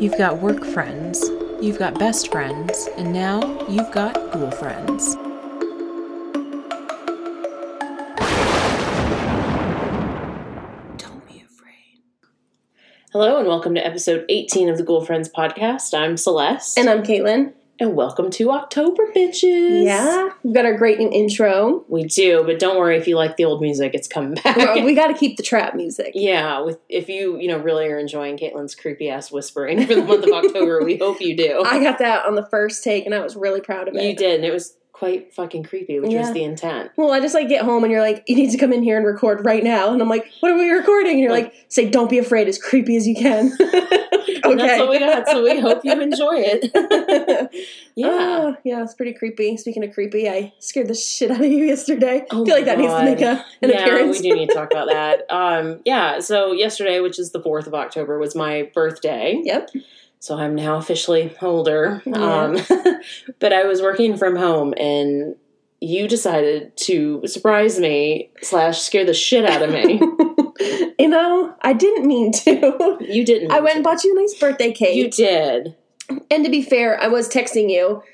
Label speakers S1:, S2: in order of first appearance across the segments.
S1: You've got work friends, you've got best friends, and now you've got ghoul friends. Don't be afraid.
S2: Hello and welcome to episode 18 of the Ghoul Friends podcast. I'm Celeste.
S3: And I'm Caitlin.
S2: And welcome to October, bitches.
S3: We've got our great new intro.
S2: We do, but don't worry if you like the old music, it's coming back.
S3: Well, we got to keep the trap music.
S2: yeah, with if you, you know, really are enjoying Caitlin's creepy ass whispering for the month of October, we hope you do.
S3: I got that on the first take and I was really proud of it.
S2: you did, and it was quite fucking creepy, which was
S3: Yeah.
S2: the intent.
S3: Well, I just like get home and you're like, you need to come in here and record right now. And I'm like, what are we recording? And you're like, say, don't be afraid, as creepy as you can. okay.
S2: And that's what we got, so we hope you enjoy it. yeah.
S3: Oh, yeah, it's pretty creepy. Speaking of creepy, I scared the shit out of you yesterday.
S2: Oh
S3: I feel like
S2: my
S3: that needs to
S2: God.
S3: make a, an
S2: yeah,
S3: appearance.
S2: we do need to talk about that. Um, yeah, so yesterday, which is the 4th of October, was my birthday.
S3: Yep.
S2: So I'm now officially older.
S3: Yeah.
S2: Um, but I was working from home and you decided to surprise me slash scare the shit out of me.
S3: you know, um, I didn't mean to.
S2: you didn't.
S3: I went and bought you a nice birthday cake.
S2: You did.
S3: And to be fair, I was texting you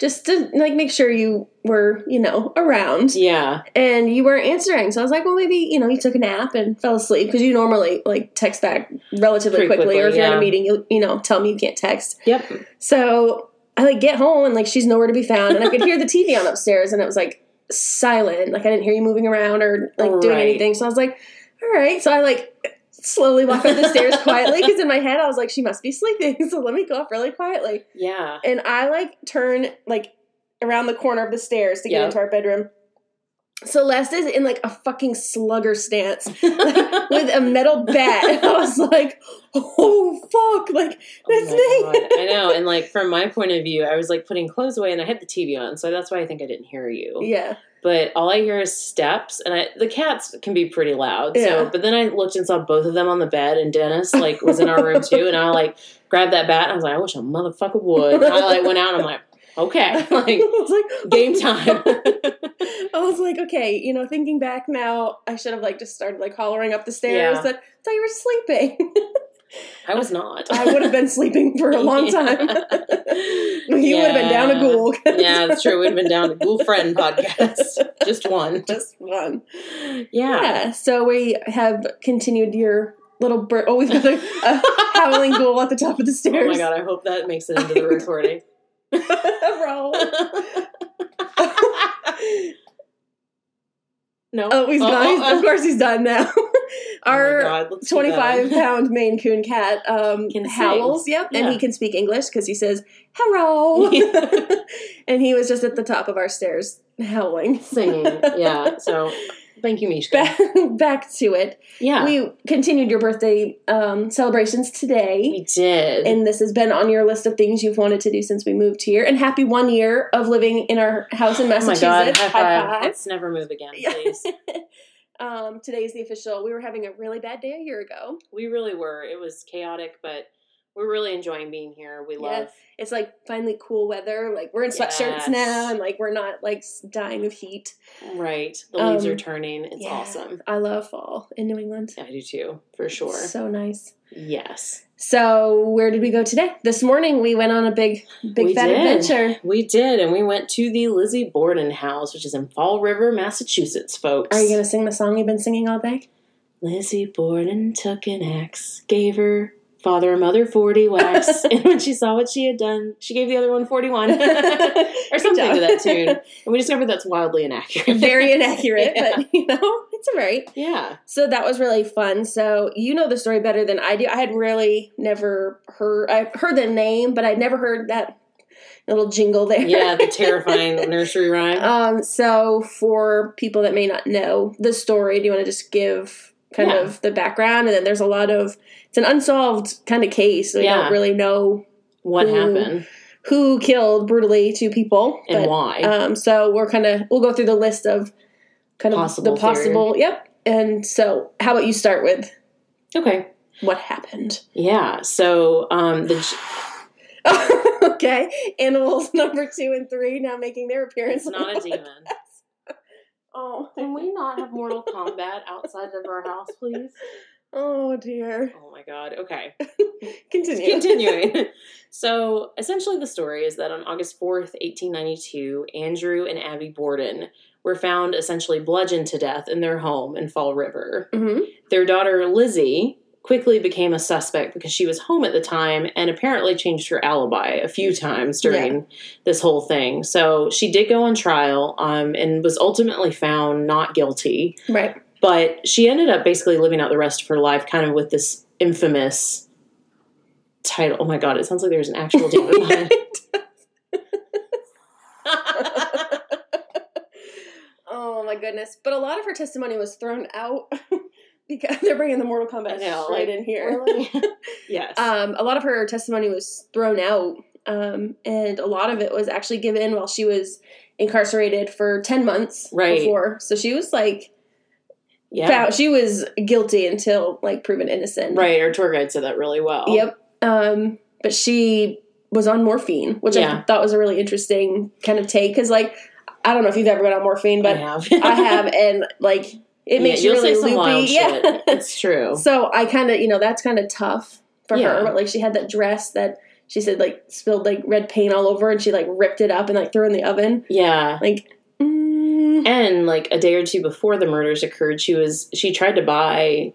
S3: just to like make sure you were, you know, around.
S2: Yeah.
S3: And you weren't answering. So I was like, well, maybe, you know, you took a nap and fell asleep because you normally like text back relatively
S2: Pretty
S3: quickly,
S2: quickly,
S3: or if you're in
S2: yeah.
S3: a meeting, you'll, you know, tell me you can't text.
S2: Yep.
S3: So I like get home and like she's nowhere to be found and I could hear the TV on upstairs and it was like silent. Like I didn't hear you moving around or like doing
S2: Right.
S3: anything. So I was like, all right. So I like slowly walk up the stairs quietly because in my head I was like, she must be sleeping. So let me go up really quietly
S2: Yeah.
S3: and I like turn like around the corner of the stairs to get
S2: Yeah.
S3: into our bedroom. Celeste is in like a fucking slugger stance
S2: Oh
S3: with a metal bat. And I was like, oh fuck, like that's
S2: Oh my
S3: me.
S2: God. I know. And like from my point of view, I was like putting clothes away and I had the TV on. So that's why I think I didn't hear you.
S3: yeah.
S2: But all I hear is steps and I, the cats can be pretty loud. So,
S3: Yeah.
S2: but then I looked and saw both of them on the bed and Dennis like was in our room too. And I like grabbed that bat and I was like, I wish a motherfucker would. And I like went out and I'm like, okay, like
S3: I was like
S2: game time.
S3: I was like, okay, you know, thinking back now, I should have like just started like hollering up the stairs
S2: Yeah.
S3: that I thought you were sleeping.
S2: I was not.
S3: I would have been sleeping for a long time. you would have been down a
S2: Yeah.
S3: ghoul. 'cause
S2: Yeah, that's true. We'd have been down to Ghoul Friend podcast. Just one.
S3: Just one.
S2: Yeah.
S3: Yeah, so we have continued your little bird. Oh, we've got a, a howling ghoul at the top of the
S2: Oh
S3: stairs.
S2: my god, I hope that makes it into the recording.
S3: Roll.
S2: no.
S3: Oh, he's
S2: Oh,
S3: gone.
S2: oh,
S3: He's-
S2: oh.
S3: of course, he's done now.
S2: Oh my
S3: Our
S2: God, let's do that.
S3: 25 pound Maine Coon cat um,
S2: Can sing.
S3: howls. Yep,
S2: Yeah.
S3: and he can speak English because he says, hello. and he was just at the top of our stairs howling.
S2: singing. Yeah. So thank you, Mishka.
S3: Back, back to it.
S2: yeah. We,
S3: We continued your birthday um, celebrations today.
S2: did.
S3: and this has been on your list of things you've wanted to do since we moved here. And happy one year of living in our house in
S2: oh my
S3: Massachusetts.
S2: god, high five.
S3: High five.
S2: Let's never move again,
S3: Yeah.
S2: please.
S3: Um, today is the official. We were having a really bad day a year ago.
S2: we really were. It was chaotic, but we're really enjoying being here. We love
S3: It's like finally cool weather. Like we're in sweatshirts
S2: Yes.
S3: now, and like we're not like dying of heat.
S2: right. The leaves
S3: Um,
S2: are turning. It's
S3: Yeah.
S2: awesome.
S3: I love fall in New England.
S2: I do too, for sure.
S3: So nice.
S2: yes.
S3: So where did we go today? This morning we went on a big, big
S2: We
S3: fat
S2: did.
S3: adventure.
S2: We did, and we went to the Lizzie Borden house, which is in Fall River, Massachusetts, folks.
S3: Are you gonna sing the song you've been singing all day?
S2: Lizzie Borden took an axe, gave her father and mother 40 wax, and when she saw what she had done, she gave the other one 41 or something
S3: job.
S2: to that tune. And we discovered that's wildly inaccurate.
S3: Very inaccurate,
S2: Yeah.
S3: but you know it's all right.
S2: yeah.
S3: So that was really fun. So you know the story better than I do. I had really never heard I heard the name, but I'd never heard that little jingle there.
S2: Yeah, the terrifying nursery rhyme.
S3: um so for people that may not know the story, do you want to just give kind
S2: Yeah.
S3: of the background and then there's a lot of it's an unsolved kind of case. So we
S2: Yeah.
S3: don't really know
S2: what
S3: ooh,
S2: happened
S3: who killed brutally two people.
S2: and
S3: but,
S2: why?
S3: um so we're kind of we'll go through the list of kind of
S2: Possible
S3: the possible. Yep. And so how about you start with
S2: okay.
S3: what happened?
S2: Yeah. So um, the j-
S3: okay, animals number two and three now making their appearance.
S2: it's not a demon.
S3: Oh,
S2: Can we not have Mortal Kombat outside of our house, please?
S3: oh dear.
S2: Oh my god. Okay.
S3: Continue.
S2: Continuing. so essentially, the story is that on August 4th, 1892, Andrew and Abby Borden were found essentially bludgeoned to death in their home in Fall River.
S3: hmm
S2: Their daughter, Lizzie, quickly became a suspect because she was home at the time and apparently changed her alibi a few times during this whole thing. So she did go on trial um, and was ultimately found not guilty.
S3: Right.
S2: But she ended up basically living out the rest of her life kind of with this infamous title. Oh my god, it sounds like there's an actual damn behind.
S3: Oh my goodness. But a lot of her testimony was thrown out because they're bringing the Mortal
S2: I
S3: Kombat
S2: know,
S3: straight
S2: like,
S3: in here.
S2: yes.
S3: Um, a lot of her testimony was thrown out, um, and a lot of it was actually given while she was incarcerated for 10 months
S2: Right.
S3: before. So she was like,
S2: yeah.
S3: found, she was guilty until like proven innocent.
S2: Right, our tour guide said that really well.
S3: Yep. Um, but she was on morphine, which
S2: Yeah.
S3: I thought was a really interesting kind of take because, like, I don't know if you've ever been on morphine, but
S2: I have.
S3: I have, and like it makes
S2: Yeah,
S3: you really loopy.
S2: shit.
S3: yeah.
S2: It's true.
S3: so I kind of, you know, that's kind of tough for
S2: Yeah.
S3: her. But like she had that dress that she said like spilled like red paint all over, and she like ripped it up and like threw it in the oven.
S2: Yeah.
S3: Like, mm,
S2: And like a day or two before the murders occurred, she was she tried to buy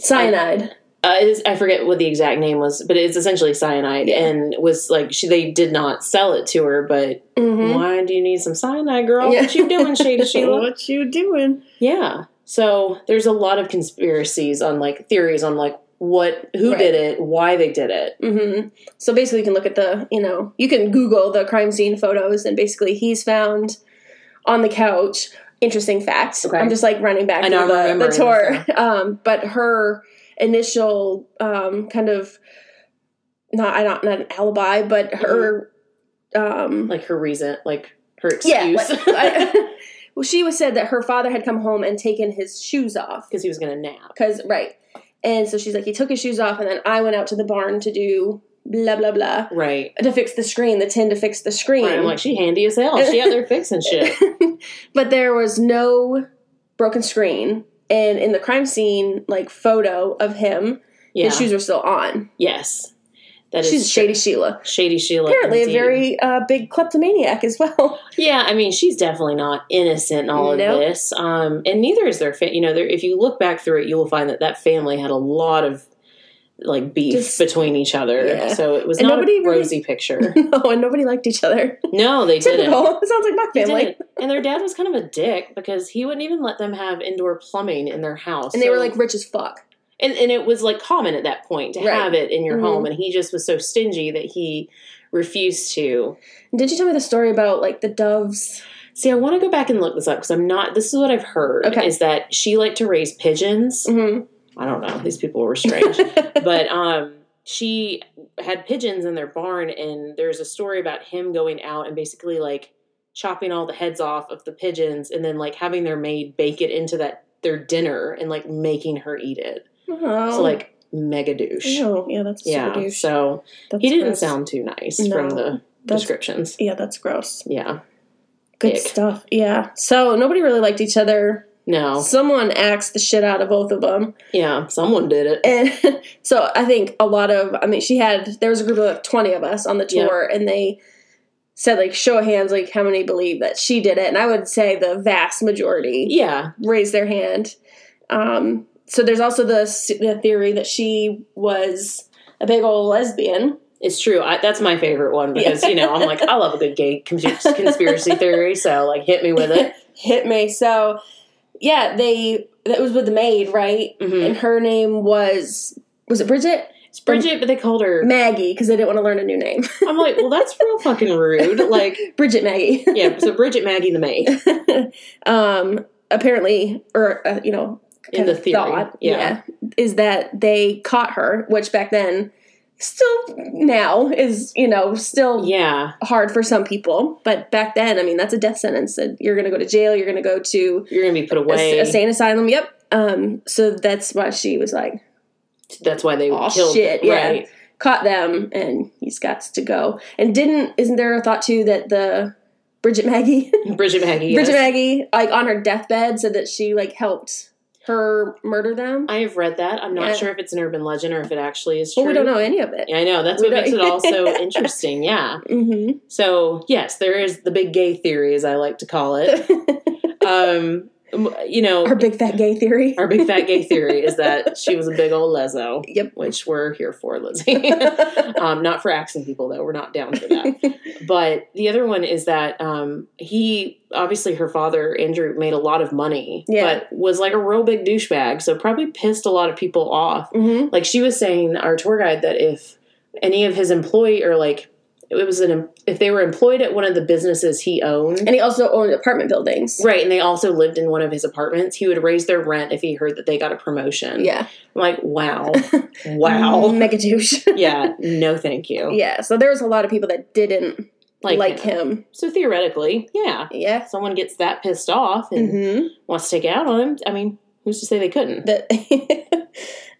S3: cyanide.
S2: uh, it is- I forget what the exact name was, but it's essentially cyanide,
S3: Yeah.
S2: and was like she they did not sell it to her, but
S3: Mhm.
S2: why do you need some cyanide, girl?
S3: Yeah.
S2: What you doing, Shady Sheila?
S3: What you doing?
S2: Yeah. So there's a lot of conspiracies on like theories on like what who
S3: Right.
S2: did it, why they did it.
S3: hmm So basically, you can look at the, you know, you can Google the crime scene photos, and basically, he's found on the couch. Interesting facts.
S2: Okay.
S3: I'm just like running back
S2: I
S3: to
S2: know, I'm
S3: the, the
S2: remembering
S3: tour. Um, but her initial um, kind of not I don't not an alibi, but her um,
S2: Mm-hmm. Like her reason, like her
S3: yeah.
S2: excuse because
S3: like, I- well, she was said that her father had come home and taken his shoes off.
S2: he was gonna nap.
S3: Because, right. And so she's like, he took his shoes off, and then I went out to the barn to do blah, blah, blah
S2: Right.
S3: to fix the screen, the tin to fix the screen.
S2: Right. I'm like she handy as hell. She out there fixing shit.
S3: but there was no broken screen. And in the crime scene, like photo of him,
S2: Yeah.
S3: his shoes were still on.
S2: Yes. That is
S3: She's
S2: true.
S3: Shady Sheila.
S2: Shady Sheila.
S3: Apparently,
S2: indeed.
S3: a very uh, big kleptomaniac as well.
S2: Yeah, I mean, she's definitely not innocent in all of
S3: Nope.
S2: this, um, and neither is their. Fa- you know, there- if you look back through it, you will find that that family had a lot of like beef
S3: Just-
S2: between each other.
S3: Yeah.
S2: So it was
S3: And
S2: not
S3: nobody
S2: a
S3: really-
S2: rosy picture.
S3: no, and nobody liked each other.
S2: no, they didn't.
S3: Typical. Sounds like my
S2: They
S3: family.
S2: didn't. And their dad was kind of a dick because he wouldn't even let them have indoor plumbing in their house.
S3: And they were
S2: So-
S3: like rich as fuck.
S2: and, and it was like common at that point to
S3: Right.
S2: have it in your
S3: Mhm.
S2: home, and he just was so stingy that he refused to.
S3: And Did you tell me the story about like the doves?
S2: See, I want to go back and look this up because I'm not. This is what I've heard
S3: Okay.
S2: is that she liked to raise pigeons.
S3: Mm-hmm.
S2: I don't know; these people were strange, but um, she had pigeons in their barn, and there's a story about him going out and basically like chopping all the heads off of the pigeons, and then like having their maid bake it into that their dinner, and like making her eat it.
S3: Oh.
S2: So like mega douche.
S3: Ew. Oh, yeah, that's
S2: Yeah,
S3: super douche.
S2: so
S3: That's
S2: he didn't
S3: gross.
S2: sound too nice
S3: No,
S2: from the
S3: That's-
S2: descriptions.
S3: Yeah, that's gross.
S2: Yeah,
S3: Good
S2: Ick.
S3: stuff. Yeah. So nobody really liked each other.
S2: no,
S3: Someone axed the shit out of both of them.
S2: yeah, someone did it.
S3: And so I think a lot of, I mean, she had, there was a group of like 20 of us on the
S2: Yeah.
S3: tour, and they said, like, show of hands, like, how many believe that she did it. And I would say the vast majority
S2: Yeah,
S3: raised their hand. Um, so there's also the, s- the theory that she was a big old lesbian.
S2: It's true. I, that's my favorite one because you know I'm like I love a good gay cons- conspiracy theory. So like hit me with it.
S3: Hit me. So, yeah, they, that was with the maid, right?
S2: Mhm.
S3: And her name was, was it Bridget?
S2: It's Bridget, but they called her.
S3: Maggie, because they didn't want to learn a new name.
S2: I'm like, well, that's real fucking rude. Like,
S3: Bridget Maggie.
S2: yeah. So Bridget Maggie the maid
S3: um, apparently, or uh, you know,
S2: in
S3: kind
S2: the
S3: of
S2: theory.
S3: thought,
S2: yeah.
S3: is that they caught her, which back then, still now is you know still
S2: Oh, yeah,
S3: hard for some people, but back then, I mean, that's a death sentence. That you're going to go to jail. You're going to go to
S2: You're gonna be put
S3: a,
S2: away.
S3: a sane asylum. Yep. Um, so that's why she was like
S2: that's why they
S3: Aw,
S2: killed.
S3: Oh, shit, yeah.
S2: Right.
S3: caught them, and he's got to go. And didn't isn't there a thought too that the Bridget Maggie.
S2: Bridget Maggie.
S3: Bridget
S2: yes.
S3: Maggie, like on her deathbed, said that she like helped her murder them.
S2: I have read that. I'm not
S3: Yeah.
S2: sure if it's an urban legend or if it actually is true.
S3: well, we don't know any of it.
S2: Yeah, I know. That's
S3: We
S2: what makes it
S3: don't-
S2: all so interesting. Yeah.
S3: Mm-hmm.
S2: So, yes, there is the big gay theory, as I like to call it. Um, you know,
S3: Mm-hmm. Our big fat gay theory.
S2: our big fat gay theory is that she was a big old lezo,
S3: yep.
S2: which we're here for, Lizzie. um, not for axing people, though. We're not down for that. But the other one is that um, he obviously her father Andrew made a lot of money,
S3: Yeah.
S2: but was like a real big douchebag, so probably pissed a lot of people off.
S3: hmm
S2: Like she was saying, our tour guide that if any of his employee or like it was an if they were employed at one of the businesses he owned.
S3: And he also owned apartment buildings.
S2: Right, and they also lived in one of his apartments. He would raise their rent if he heard that they got a promotion.
S3: Yeah.
S2: I'm like, wow. wow. Oh.
S3: Mega douche.
S2: yeah, no thank you.
S3: yeah. So there was a lot of people that didn't like, him.
S2: So theoretically, yeah.
S3: Yeah.
S2: If someone gets that pissed off and
S3: Mm-hmm.
S2: wants to take it out on him, I mean, who's to say they couldn't?
S3: That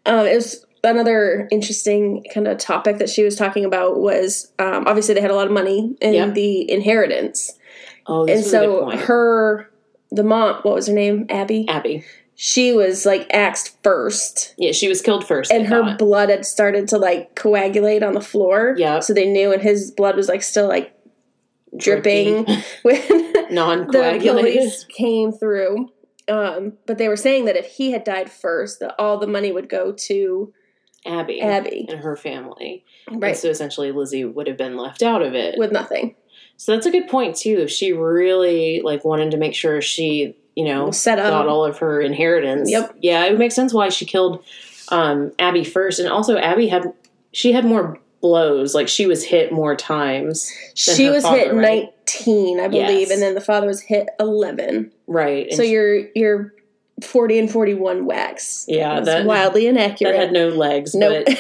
S3: um, it was another interesting kind of topic that she was talking about was um, obviously they had a lot of money in
S2: Yep.
S3: the inheritance.
S2: Oh, this
S3: and
S2: is a good
S3: so
S2: point.
S3: her the mom what was her name abby
S2: Abby,
S3: she was like axed first
S2: yeah, she was killed first.
S3: and
S2: they
S3: her
S2: thought.
S3: blood had started to like coagulate on the floor
S2: Yep.
S3: so they knew and his blood was like still like dripping
S2: Drippy,
S3: when the
S2: non-coagulated.
S3: police came through um, but they were saying that if he had died first that all the money would go to
S2: Abby,
S3: abby
S2: and her family. And
S3: right
S2: so essentially, Lizzie would have been left out of it.
S3: with nothing
S2: so that's a good point too. If she really like wanted to make sure she, you know,
S3: set
S2: got
S3: up
S2: all of her inheritance.
S3: Um, Yep.
S2: Yeah, it would make sense why she killed um, Abby first, and also Abby had she had more blows. Like she was hit more times. than
S3: she
S2: her
S3: was hit
S2: father, right?
S3: 19 i believe
S2: Yes.
S3: and then the father was hit 11
S2: Right.
S3: So
S2: and
S3: you're you're 40 and 41 wax.
S2: Yeah,
S3: That's
S2: that-
S3: wildly
S2: that
S3: inaccurate.
S2: had no legs.
S3: Nope.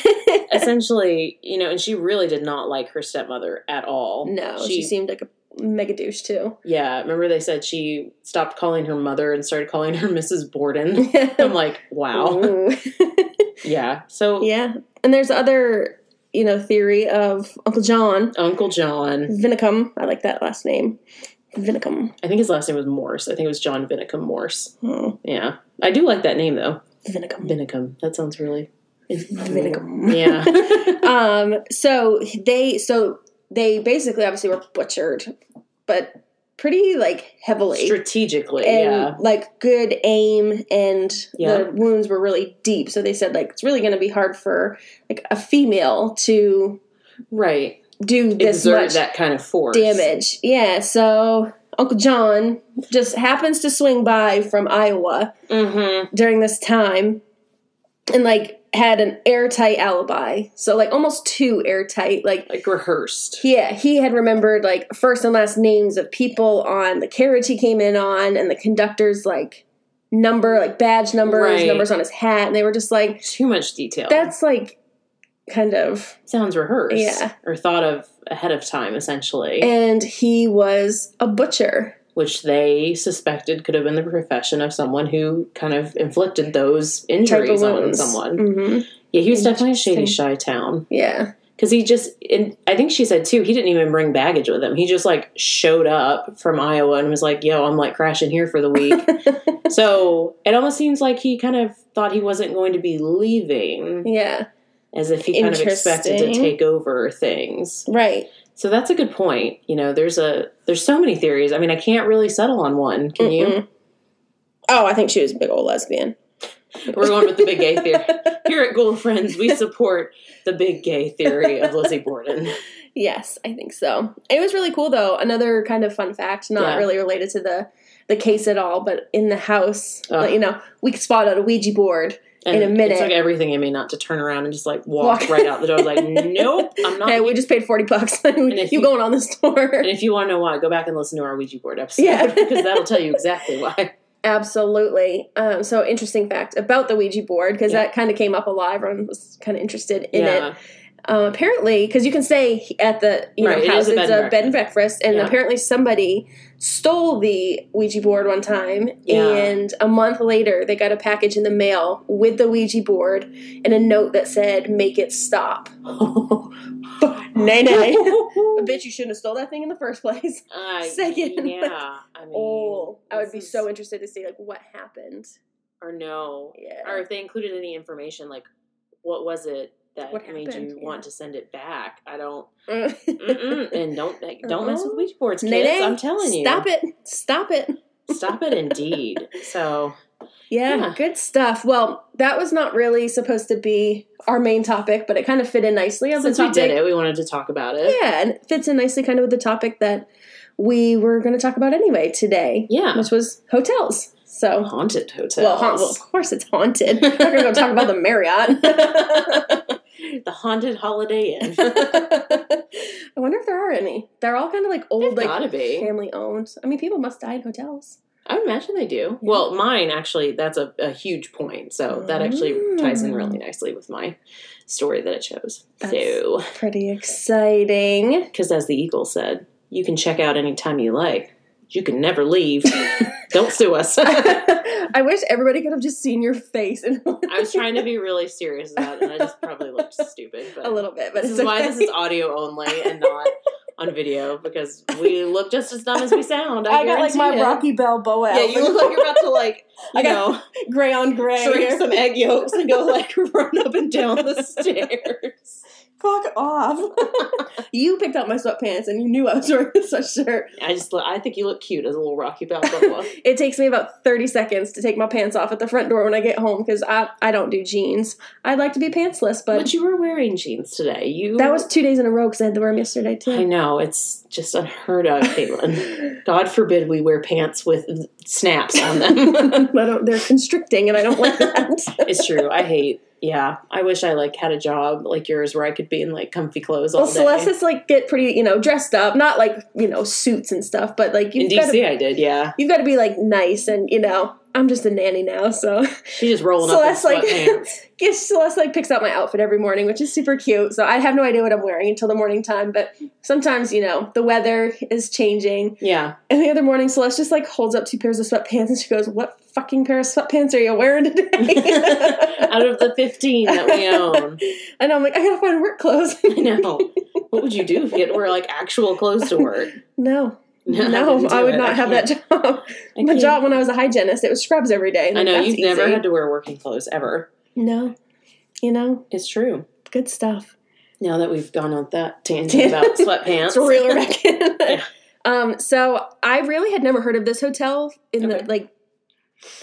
S2: But essentially, you know, and she really did not like her stepmother at all.
S3: no, she, seemed like a mega douche too.
S2: yeah. Remember they said she stopped calling her mother and started calling her Mrs. Borden. I'm like, wow.
S3: Ooh.
S2: yeah. So
S3: yeah. And there's other, you know, theory of Uncle John
S2: Uncle John,
S3: Vinicum. I like that last name. Vinicum.
S2: I think his last name was Morse. I think it was John Vinicum Morse.
S3: Oh,
S2: Yeah. I do like that name though.
S3: Vinicum.
S2: Vinicum. That sounds really.
S3: Vinicum.
S2: Yeah.
S3: um so they so they basically obviously were butchered, but pretty like heavily.
S2: Strategically.
S3: and
S2: yeah.
S3: like good aim and
S2: Yeah.
S3: the wounds were really deep so they said like it's really going to be hard for like a female to
S2: Right.
S3: do this
S2: Exert
S3: much
S2: that kind of force.
S3: damage yeah so uncle john just happens to swing by from iowa
S2: Mm-hmm.
S3: during this time and like had an airtight alibi so like almost two airtight like
S2: Like rehearsed.
S3: yeah, he had remembered like first and last names of people on the carriage he came in on and the conductor's like number, like badge numbers,
S2: Right.
S3: numbers on his hat. And they were just like,
S2: Too much detail.
S3: that's like kind of.
S2: sounds rehearsed
S3: Yeah.
S2: or thought of ahead of time essentially
S3: And he was a butcher.
S2: which they suspected could have been the profession of someone who kind of inflicted those injuries on
S3: wounds.
S2: someone
S3: hmm
S2: yeah he was definitely a shady
S3: Interesting.
S2: shy town
S3: Yeah.
S2: because he just and i think she said too he didn't even bring baggage with him he just like showed up from iowa and was like yo i'm like crashing here for the week so it almost seems like he kind of thought he wasn't going to be leaving
S3: Yeah.
S2: as if he kind of expected to
S3: Interesting.
S2: take over things
S3: Right.
S2: So that's a good point. You know, there's a there's so many theories. I mean, I can't really settle on one. Can you?
S3: Mm-mm. Oh, I think she was a big old lesbian.
S2: We're going with the big gay theory. Here at Ghoul Friends, we support the big gay theory of Lizzie Borden.
S3: Yes, I think so. It was really cool though. Another kind of fun fact, not
S2: Yeah.
S3: really related to the the case at all, but in the house,
S2: Oh.
S3: like, you know, we spotted a Ouija board.
S2: And
S3: In a
S2: it
S3: minute.
S2: took everything in me not to turn around and just like walk,
S3: Walk.
S2: right out the door. I was like, nope, I'm not.
S3: hey, we just paid forty bucks.
S2: if
S3: you
S2: you-
S3: going on this tour?
S2: and if you want to know why, go back and listen to our Ouija board episode
S3: Yeah.
S2: because that'll tell you exactly why.
S3: Absolutely. Um, so interesting fact about the Ouija board because
S2: Yeah.
S3: that kind of came up a lot. Everyone was kind of interested in it. Uh, apparently, because you can stay at the you
S2: Right, it
S3: know
S2: is
S3: house,
S2: a
S3: it's
S2: bed and
S3: a bed and breakfast, and
S2: Yeah.
S3: apparently somebody stole the Ouija board one time,
S2: Yeah.
S3: and a month later they got a package in the mail with the Ouija board and a note that said "Make it stop." nay, nay. Bitch, you shouldn't have stole that thing in the first place.
S2: Uh,
S3: Second,
S2: Yeah. I mean,
S3: Oh, I would be
S2: this
S3: so
S2: is-
S3: interested to see like what happened.
S2: Or no.
S3: Yeah.
S2: Or if they included any information, like what was it that
S3: What
S2: made
S3: happened?
S2: you
S3: Yeah.
S2: want to send it back? I don't. Mm-mm.
S3: Mm-mm.
S2: and don't like, don't mess with
S3: Uh-uh.
S2: Ouija boards, kids.
S3: Nay, nay.
S2: I'm telling you.
S3: Stop it. Stop it.
S2: Stop it, indeed. So
S3: Yeah,
S2: Yeah.
S3: good stuff. Well, that was not really supposed to be our main topic, but it kind of fit in nicely.
S2: since we did it, we wanted to talk about it.
S3: Yeah, and it fits in nicely kind of with the topic that we were going to talk about anyway today,
S2: Yeah.
S3: which was hotels. So,
S2: Haunted hotels.
S3: well, haunt, well, of course it's haunted. We're going to go talk about the Marriott.
S2: the haunted Holiday Inn.
S3: I wonder if there are any. They're all kind of like
S2: They've
S3: old, like
S2: gotta be.
S3: family owned. I mean, people must die in hotels.
S2: I would imagine they do. Well, mine actually, that's a, a huge point. So that actually ties in really nicely with my story that it chose. So,
S3: That's- Pretty exciting.
S2: because as the Eagle said, you can check out anytime you like. You can never leave. Don't sue us. I
S3: I wish everybody could have just seen your face and
S2: was trying to be really serious about it, and I just probably looked stupid. But
S3: a little bit, but
S2: this
S3: it's
S2: is why
S3: okay.
S2: this is audio only and not on video because we look just as dumb as we sound. I,
S3: I got like my
S2: guarantee it.
S3: Rocky Balboa.
S2: Yeah, you
S3: outfit.
S2: look like you're about to like you
S3: I got
S2: know
S3: gray on gray.
S2: drink
S3: here.
S2: some egg yolks and go like run up and down the stairs.
S3: Fuck off. you picked out my sweatpants and you knew I was wearing a sweatshirt.
S2: I just look, I think you look cute as a little Rocky Balboa.
S3: It takes me about 30 seconds to take my pants off at the front door when I get home because I, I don't do jeans. I'd like to be pantsless, but,
S2: but you were wearing jeans today. You
S3: that was two days in a row because I had to wear them yesterday
S2: I
S3: too.
S2: know it's just unheard of, Caitlin. God forbid we wear pants with snaps on them.
S3: I don't, they're constricting and I don't like that.
S2: it's true. I hate. Yeah, I wish I like had a job like yours where I could be in like comfy clothes all
S3: well,
S2: day.
S3: Celeste's like get pretty, you know, dressed up, not like, you know, suits and stuff, but like
S2: in
S3: you've
S2: DC,
S3: got to,
S2: I did. Yeah,
S3: you've got to be like nice and, you know, I'm just a nanny now, so.
S2: she's just rolling up in
S3: Celeste like
S2: sweatpants.
S3: yes, Celeste like picks out my outfit every morning, which is super cute. So I have no idea what I'm wearing until the morning time. But sometimes, you know, the weather is changing.
S2: yeah,
S3: And the other morning, Celeste just like holds up two pairs of sweatpants and she goes, "What fucking pair of sweatpants are you wearing today?"
S2: out of the 15 that we own.
S3: and I'm like, "I gotta find work clothes."
S2: I know. What would you do if you had to wear like actual clothes to work?
S3: no,
S2: No,
S3: no, I would not have that job. My job when I was a hygienist, it was scrubs every day.
S2: I know
S3: That's
S2: you've never
S3: easy.
S2: had to wear working clothes ever.
S3: No, you know,
S2: It's true.
S3: good stuff.
S2: Now that we've gone on that tangent about sweatpants,
S3: It's real back in.
S2: Yeah.
S3: Um, so I really had never heard of this hotel in
S2: Okay.
S3: the like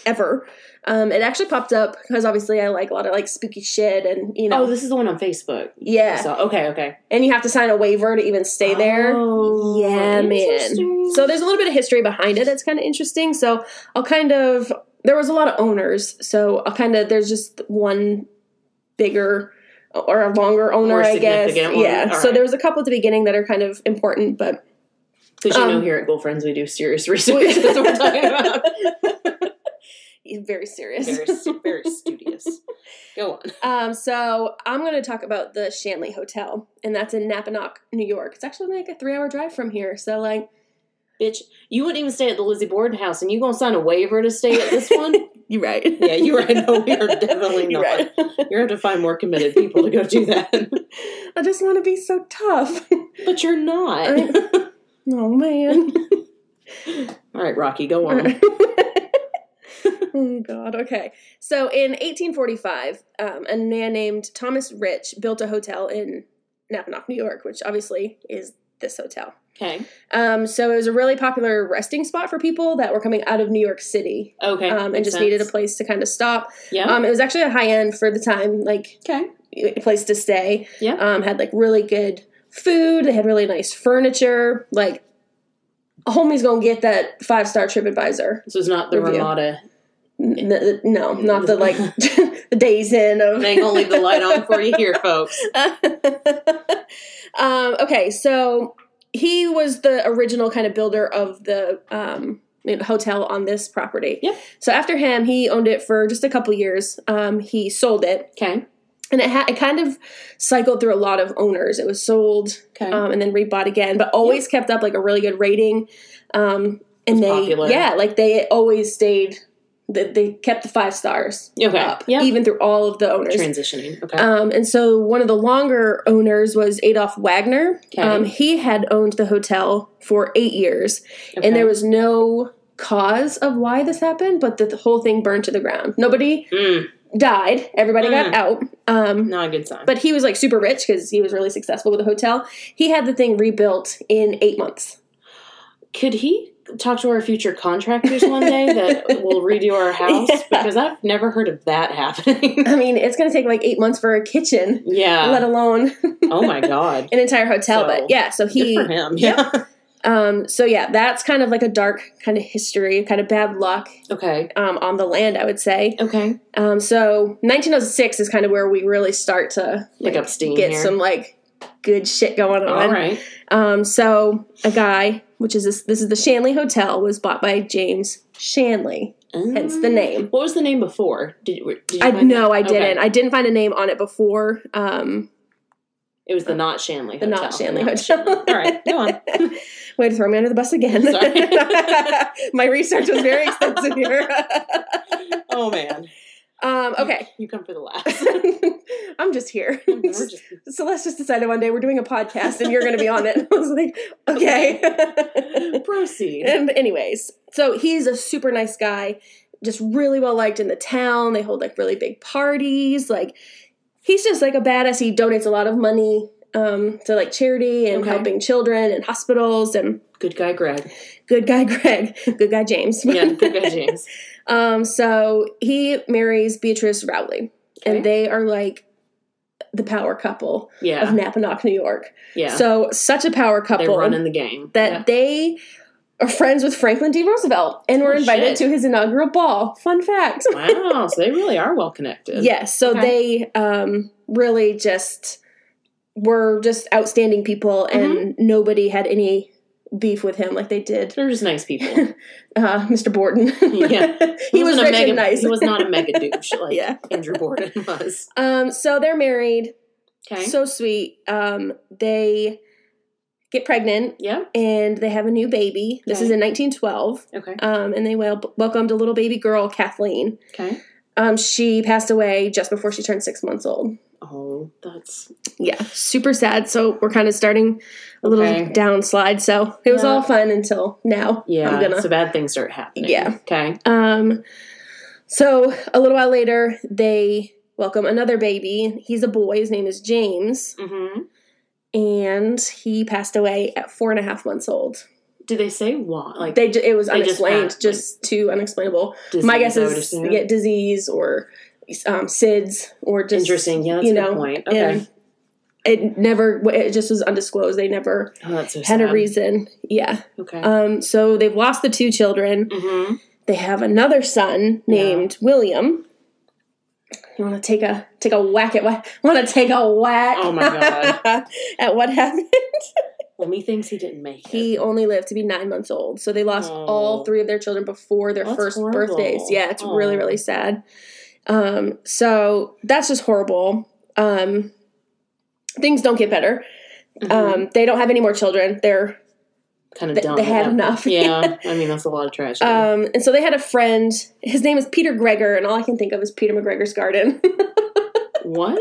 S3: ever. Um, it actually popped up because obviously I like a lot of like spooky shit and you know
S2: Oh, this is the one on Facebook. I
S3: yeah,
S2: saw- okay, okay.
S3: and you have to sign a waiver to even stay there.
S2: Oh,
S3: yeah, man.
S2: interesting.
S3: So there's a little bit of history behind it that's kind of interesting. So I'll kind of there was a lot of owners, so I'll kind of there's just one bigger or a longer owner,
S2: More
S3: I guess.
S2: significant one?
S3: Yeah.
S2: All
S3: So
S2: right.
S3: there was a couple at the beginning that are kind of important, but
S2: Because you know,
S3: um,
S2: here at Girlfriends, we do serious research. That's what we're talking about.
S3: He's very serious.
S2: very, very studious. Go on.
S3: Um, so I'm going to talk about the Shanley Hotel, and that's in Napanock, New York. It's actually like a three-hour drive from here. So like,
S2: Bitch, you wouldn't even stay at the Lizzie Borden house, and you gonna sign a waiver to stay at this one?
S3: you right?
S2: Yeah, you right. No, we are definitely
S3: You're
S2: not. You're gonna have to find more committed people to go do that.
S3: I just want to be so tough.
S2: But you're not.
S3: I- oh man.
S2: All right, Rocky, go on.
S3: oh God. Okay. So in 1845, um, a man named Thomas Rich built a hotel in Napanock, New York, which obviously is this hotel.
S2: Okay.
S3: Um, so it was a really popular resting spot for people that were coming out of New York City
S2: Okay.
S3: um, and
S2: makes
S3: just needed a
S2: sense.
S3: place to kind of stop.
S2: Yeah.
S3: Um, it was actually a high end for the time, like
S2: okay.
S3: a place to stay.
S2: Yeah.
S3: Um, had like really good food. They had really nice furniture. Like a homie's gonna get that five star TripAdvisor.
S2: This was not the
S3: Review.
S2: Ramada.
S3: N- n- no, not the like the days in of.
S2: They ain't gonna leave the light on for you here, folks.
S3: um, okay, so he was the original kind of builder of the um, you know, hotel on this property.
S2: Yep.
S3: So after him, he owned it for just a couple years. Um, he sold it
S2: Okay.
S3: and it, ha- it kind of cycled through a lot of owners. It was sold
S2: Okay.
S3: um, and then rebought again, but always kept up like a really good rating. Um, and
S2: It's
S3: they,
S2: popular.
S3: yeah, like they always stayed. They, they kept the five stars
S2: okay.
S3: up,
S2: Yeah.
S3: even through all of the owners.
S2: Transitioning. Okay.
S3: Um, and so one of the longer owners was Adolf Wagner.
S2: Okay.
S3: Um, he had owned the hotel for eight years,
S2: okay.
S3: and there was no cause of why this happened, but the, the whole thing burned to the ground. Nobody
S2: Mm,
S3: died. Everybody got
S2: Mm.
S3: out. Um,
S2: not a good sign.
S3: But he was like super rich because he was really successful with the hotel. He had the thing rebuilt in eight months.
S2: could he talk to our future contractors one day that will redo our house?
S3: Yeah.
S2: Because I've never heard of that happening.
S3: I mean, it's going to take like eight months for a kitchen, let
S2: yeah.
S3: alone
S2: Oh my god.
S3: an entire hotel.
S2: So,
S3: but yeah, so he
S2: Good for him. Yeah.
S3: Um, so yeah, that's kind of like a dark kind of history, kind of bad luck
S2: okay.
S3: um, on the land, I would say.
S2: Okay.
S3: Um, so 1906 is kind of where we really start to
S2: Pick up steam
S3: get
S2: here.
S3: some like good shit going on.
S2: All right.
S3: Um, so a guy, which is this, this is the Shanley Hotel, was bought by James Shanley, hence the
S2: Mm.
S3: name.
S2: What was the name before? Did, did you
S3: I
S2: find
S3: no,
S2: that?
S3: I
S2: Okay.
S3: didn't. I didn't find a name on it before. Um,
S2: It was the Not Shanley
S3: The
S2: Hotel.
S3: Not Shanley
S2: Not
S3: Hotel.
S2: Shanley. All right, go on.
S3: way to throw me under the bus again.
S2: Sorry.
S3: My research was very extensive here.
S2: Oh man.
S3: um, okay.
S2: You come for the last.
S3: I'm just here.
S2: Oh, We're just-
S3: So let's just decide one day we're doing a podcast and you're going to be on it. I was like, okay.
S2: Proceed.
S3: and anyways, so he's a super nice guy, just really well liked in the town. They hold like really big parties. Like he's just like a badass. He donates a lot of money um, to like charity and
S2: Okay.
S3: helping children and hospitals and
S2: Good guy, Greg.
S3: good guy Greg, good guy James.
S2: Yeah, good guy, James.
S3: Um, so he marries Beatrice Rowley,
S2: Okay.
S3: and they are like the power couple of
S2: Yeah,
S3: Napanock, New York.
S2: yeah.
S3: So such a power
S2: They're
S3: couple
S2: running the game.
S3: that they are friends with Franklin D. Roosevelt and were
S2: Oh,
S3: invited
S2: shit.
S3: to his inaugural ball. Fun fact.
S2: Yeah. Wow, so they really are well connected.
S3: Yes, so
S2: Okay.
S3: they um, really just were just outstanding people,
S2: Mm-hmm.
S3: and nobody had any beef with him like they did
S2: They're just nice people.
S3: uh, Mr. Borden.
S2: Yeah.
S3: he, was
S2: wasn't
S3: rich
S2: a mega,
S3: and nice.
S2: He was not a mega douche like
S3: Yeah.
S2: Andrew Borden was.
S3: um, so they're married.
S2: Okay.
S3: So sweet. Um, they get pregnant
S2: yeah.
S3: and they have a new baby. This
S2: Okay.
S3: is in 1912.
S2: Okay.
S3: Um, and they wel- welcomed a little baby girl, Kathleen.
S2: Okay.
S3: Um, she passed away just before she turned six months old.
S2: Oh, that's
S3: Yeah, super sad. So we're kind of starting a little
S2: Okay.
S3: downslide. So it was
S2: Yeah.
S3: all fun until now.
S2: yeah.
S3: I'm gonna.
S2: So bad things start happening.
S3: Yeah.
S2: Okay.
S3: Um, so a little while later, they welcome another baby. He's a boy. His name is James,
S2: Mm-hmm.
S3: and he passed away at four and a half months old.
S2: Do they say why? Like
S3: They ju- it was
S2: They just
S3: unexplained,
S2: passed,
S3: just, too unexplainable.
S2: disease,
S3: My guess
S2: I would
S3: is
S2: assume?
S3: yeah, disease or um, SIDS or just
S2: interesting. Yeah, that's
S3: you
S2: a good
S3: know,
S2: point.
S3: yeah.
S2: Okay.
S3: it never it just was undisclosed they never
S2: Oh, that's so
S3: had a
S2: sad.
S3: reason yeah
S2: Okay.
S3: um so they've lost the two children
S2: mm-hmm.
S3: they have another son named william you want to take a take a whack at what want to take a whack
S2: Oh my God.
S3: at what happened
S2: Well, methinks he didn't make it.
S3: he only lived to be nine months old so they lost
S2: Oh.
S3: all three of their children before their
S2: That's
S3: first
S2: horrible.
S3: birthdays yeah it's really
S2: Oh.
S3: really sad um so that's just horrible um things don't get better
S2: Mhm.
S3: Um, they don't have any more children. They're
S2: kind of
S3: they-
S2: dumb.
S3: they had
S2: yeah.
S3: enough.
S2: yeah, I mean that's a lot of tragedy.
S3: um, and so they had a friend. His name is Peter Gregor, and all I can think of is Peter McGregor's garden.
S2: what?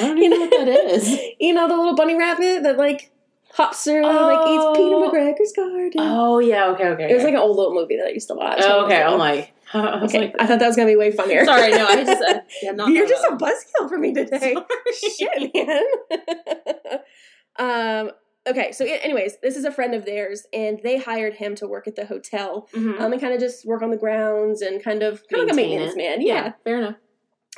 S2: I don't even know what that is.
S3: you know the little bunny rabbit that like hops through and like
S2: Oh.
S3: eats Peter McGregor's garden.
S2: Oh yeah, okay, okay.
S3: It was like an old little movie that I used to watch.
S2: oh, okay.
S3: I
S2: I'm
S3: was
S2: like, I was
S3: okay.
S2: like,
S3: I thought that was gonna be way funnier.
S2: sorry, no, I just, I did not
S3: You're
S2: know
S3: just
S2: that.
S3: a buzzkill for me today. Shit, man. um. Okay, so yeah, anyways, this is a friend of theirs, and they hired him to work at the hotel
S2: Mhm.
S3: um, and kind of just work on the grounds and kind of kind of like a
S2: Maintain
S3: maintenance
S2: it.
S3: man.
S2: yeah,
S3: Yeah.
S2: fair enough.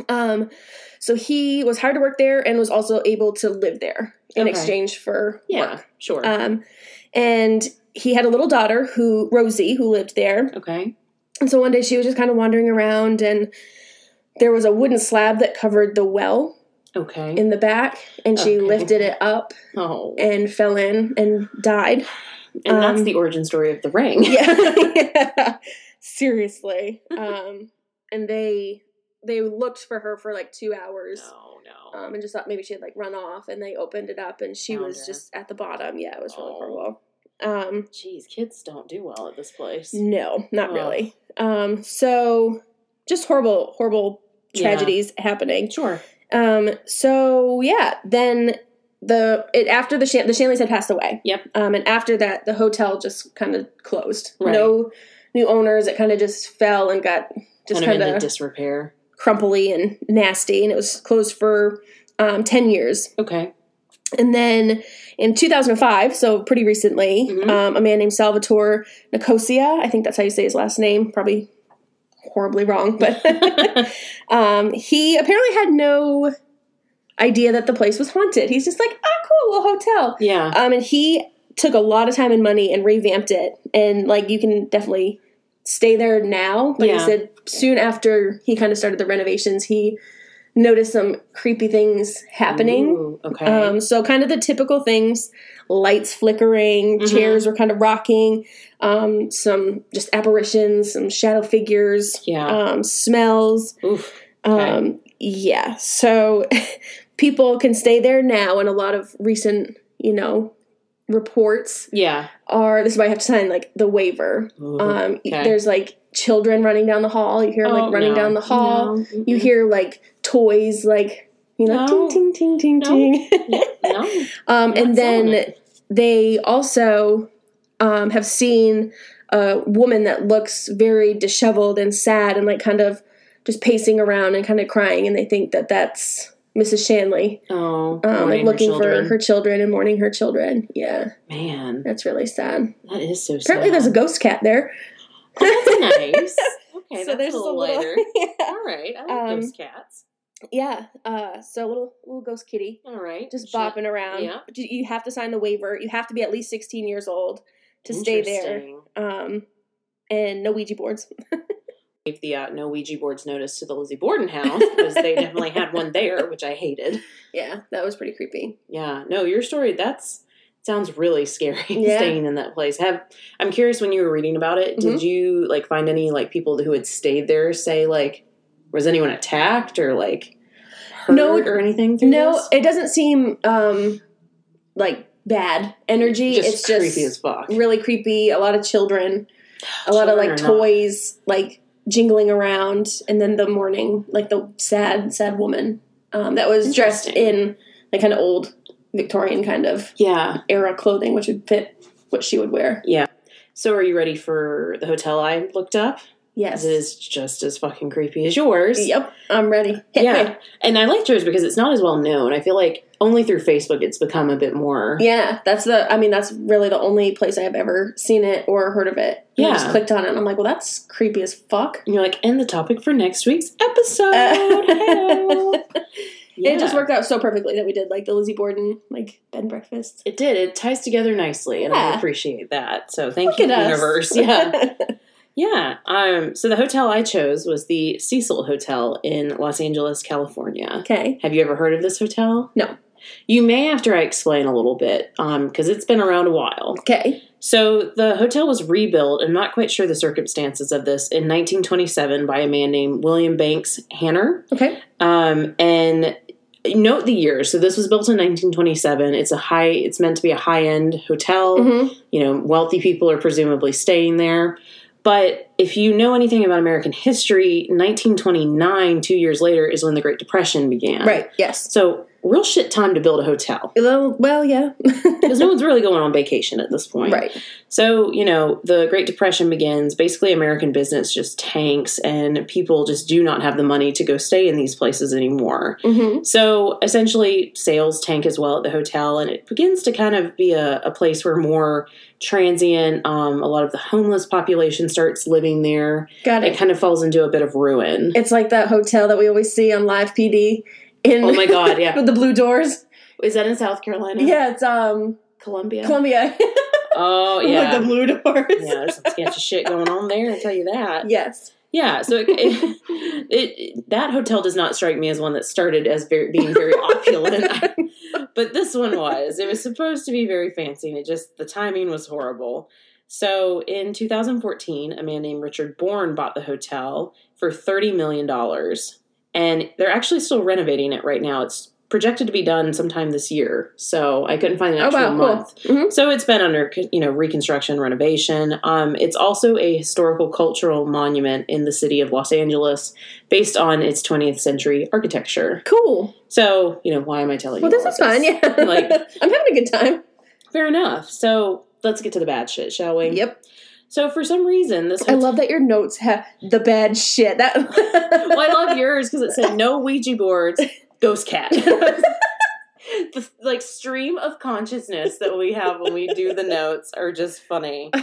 S3: Um, so he was hired to work there and was also able to live there in
S2: Okay.
S3: exchange for
S2: Yeah,
S3: work.
S2: sure.
S3: Um, and he had a little daughter who Rosie who lived there.
S2: okay.
S3: And so one day she was just kind of wandering around and there was a wooden slab that covered the well
S2: Okay.
S3: in the back and she
S2: Okay.
S3: lifted it up
S2: oh, and,
S3: and fell in and died.
S2: that's
S3: um,
S2: the origin story of the ring.
S3: yeah. seriously um and they they looked for her for like two hours
S2: No, no. Wow.
S3: um, and just thought maybe she had like run off and they opened it up and she
S2: Found
S3: was
S2: her.
S3: just at the bottom. Yeah, it was really
S2: Oh.
S3: horrible. Um,
S2: Jeez, kids don't do well at this place.
S3: no, not
S2: Ugh.
S3: really. Um, so just horrible, horrible
S2: Yeah.
S3: tragedies happening.
S2: Sure.
S3: Um, so yeah, then the it after the Shan- the Shanleys had passed away.
S2: Yep.
S3: Um, and after that, the hotel just kind of closed.
S2: Right.
S3: No new owners. It kind of just fell and got just
S2: Kind of
S3: kind
S2: into
S3: of
S2: disrepair.
S3: crumply and nasty, and it was closed for um, ten years.
S2: Okay.
S3: And then in 2005, so pretty recently,
S2: Mhm.
S3: um, a man named Salvatore Nicosia, I think that's how you say his last name, probably horribly wrong, but um, he apparently had no idea that the place was haunted. He's just like, ah, cool, little hotel.
S2: yeah.
S3: Um, and he took a lot of time and money and revamped it. And like, you can definitely stay there now. But he
S2: Yeah.
S3: said soon after he kind of started the renovations, he noticed some creepy things happening.
S2: Ooh, okay.
S3: Um, so kind of the typical things: lights flickering,
S2: Mhm.
S3: chairs were kind of rocking, um, some just apparitions, some shadow figures,
S2: yeah.
S3: um, smells.
S2: Oof.
S3: Um, yeah, so people can stay there now, and a lot of recent, you know, reports
S2: Yeah.
S3: are this is why you have to sign like the waiver.
S2: Ooh,
S3: Um,
S2: okay.
S3: There's like children running down the hall. You hear them,
S2: Oh,
S3: like running
S2: no.
S3: down the hall.
S2: No,
S3: You
S2: mm-mm.
S3: hear like toys, like you know,
S2: No.
S3: ting ting ting ting
S2: No.
S3: ting.
S2: No,
S3: Um,
S2: not selling
S3: and then
S2: it.
S3: they also um, have seen a woman that looks very disheveled and sad and like kind of just pacing around and kind of crying, and they think that that's Mrs. Shanley,
S2: oh,
S3: um,
S2: mourning
S3: like
S2: her
S3: looking for
S2: children.
S3: her children and mourning her children. Yeah,
S2: man.
S3: that's really sad.
S2: That is so. sad.
S3: Apparently,
S2: Oh,
S3: there's a ghost cat there.
S2: That's nice. Okay, that's a little lighter.
S3: yeah,
S2: All right, I like
S3: Um,
S2: those cats.
S3: yeah. Uh, so a little little ghost kitty.
S2: All right,
S3: just
S2: Shit.
S3: bopping around.
S2: Yeah.
S3: But You you have to sign the waiver. You have to be at least 16 years old to stay there.
S2: Interesting.
S3: Um, and no Ouija boards.
S2: Gave the uh, no Ouija boards notice to the Lizzie Borden house because they definitely had one there, which I hated.
S3: Yeah, that was pretty creepy.
S2: Yeah, no, your story. That's sounds really scary.
S3: Yeah.
S2: Staying in that place. Have I'm curious when you were reading about it.
S3: Mm-hmm.
S2: Did you like find any like people who had stayed there? Say like, was anyone attacked or like hurt
S3: No,
S2: or anything? Through
S3: No,
S2: this?
S3: it doesn't seem um like bad energy.
S2: Just
S3: it's just
S2: creepy as fuck.
S3: really creepy. A lot of children, a lot of
S2: Children
S3: like
S2: are not-
S3: toys, like jingling around, and then the morning, like the sad, sad woman um, that was dressed
S2: Interesting.
S3: in like kind of old Victorian kind of
S2: Yeah.
S3: era clothing, which would fit what she would wear.
S2: So are you ready for the hotel I looked up?
S3: Yes.
S2: It is just as fucking creepy as yours.
S3: Yep, I'm ready.
S2: Yeah. And I liked yours because it's not as well known. I feel like only through Facebook it's become a bit more.
S3: yeah. That's the. I mean, that's really the only place I've ever seen it or heard of it. And I
S2: Yeah.
S3: just clicked on it, and I'm like, well, that's creepy as fuck.
S2: And you're like, and the topic for next week's episode.
S3: Uh,
S2: Hello. Oh, yeah.
S3: It just worked out so perfectly that we did like the Lizzie Borden like bed and breakfast.
S2: It did. It ties together nicely, and I
S3: Yeah.
S2: appreciate that. So thank
S3: Look
S2: you,
S3: at us.
S2: universe. Yeah, yeah. Um, so the hotel I chose was the Cecil Hotel in Los Angeles, California.
S3: okay.
S2: Have you ever heard of this hotel?
S3: No.
S2: You may after I explain a little bit, because it's been around a while.
S3: Okay.
S2: So the hotel was rebuilt, I'm not quite sure the circumstances of this, in 1927 by a man named William Banks Hanner.
S3: Okay.
S2: Um, and note the year. So this was built in 1927. It's a high. It's meant to be a high end hotel
S3: Mhm.
S2: you know, wealthy people are presumably staying there. But if you know anything about American history, 1929, two years later, is when the Great Depression began.
S3: Right. Yes.
S2: So, real shit time to build a hotel
S3: Well, well yeah.
S2: because no one's really going on vacation at this point.
S3: right.
S2: So, you know, the Great Depression begins. Basically, American business just tanks and people just do not have the money to go stay in these places anymore.
S3: hmm
S2: So essentially, sales tank as well at the hotel, and it begins to kind of be a, a place where more transient, um, a lot of the homeless population starts living there.
S3: Got
S2: It
S3: it.
S2: kind of falls into a bit of ruin.
S3: It's like that hotel that we always see on Live PD. In
S2: Oh my God, yeah.
S3: with the blue doors.
S2: Is that in South Carolina?
S3: Yeah, it's um
S2: Columbia.
S3: Columbia.
S2: oh
S3: With,
S2: yeah.
S3: like the blue doors.
S2: yeah, there's some sketchy shit going on there. I tell you that.
S3: Yes.
S2: Yeah, so it, it, it that hotel does not strike me as one that started as very, being very opulent, but this one was. It was supposed to be very fancy, and it just the timing was horrible. So in 2014, a man named Richard Bourne bought the hotel for 30 million dollars, and they're actually still renovating it right now. It's projected to be done sometime this year. So I couldn't find an
S3: Oh,
S2: actual
S3: wow, cool.
S2: month.
S3: Mhm.
S2: So it's been under you know reconstruction, renovation. Um, it's also a historical cultural monument in the city of Los Angeles, based on its 20th century architecture.
S3: Cool.
S2: So you know why am I telling
S3: Well,
S2: you?
S3: this
S2: all
S3: is fun. Yeah.
S2: Like-
S3: I'm having a good time.
S2: Fair enough. So let's get to the bad shit, shall we?
S3: Yep.
S2: So for some reason, this
S3: I love that your notes have the bad shit. That.
S2: well, I love yours because it said no Ouija boards, ghost cat. the like stream of consciousness that we have when we do the notes are just funny.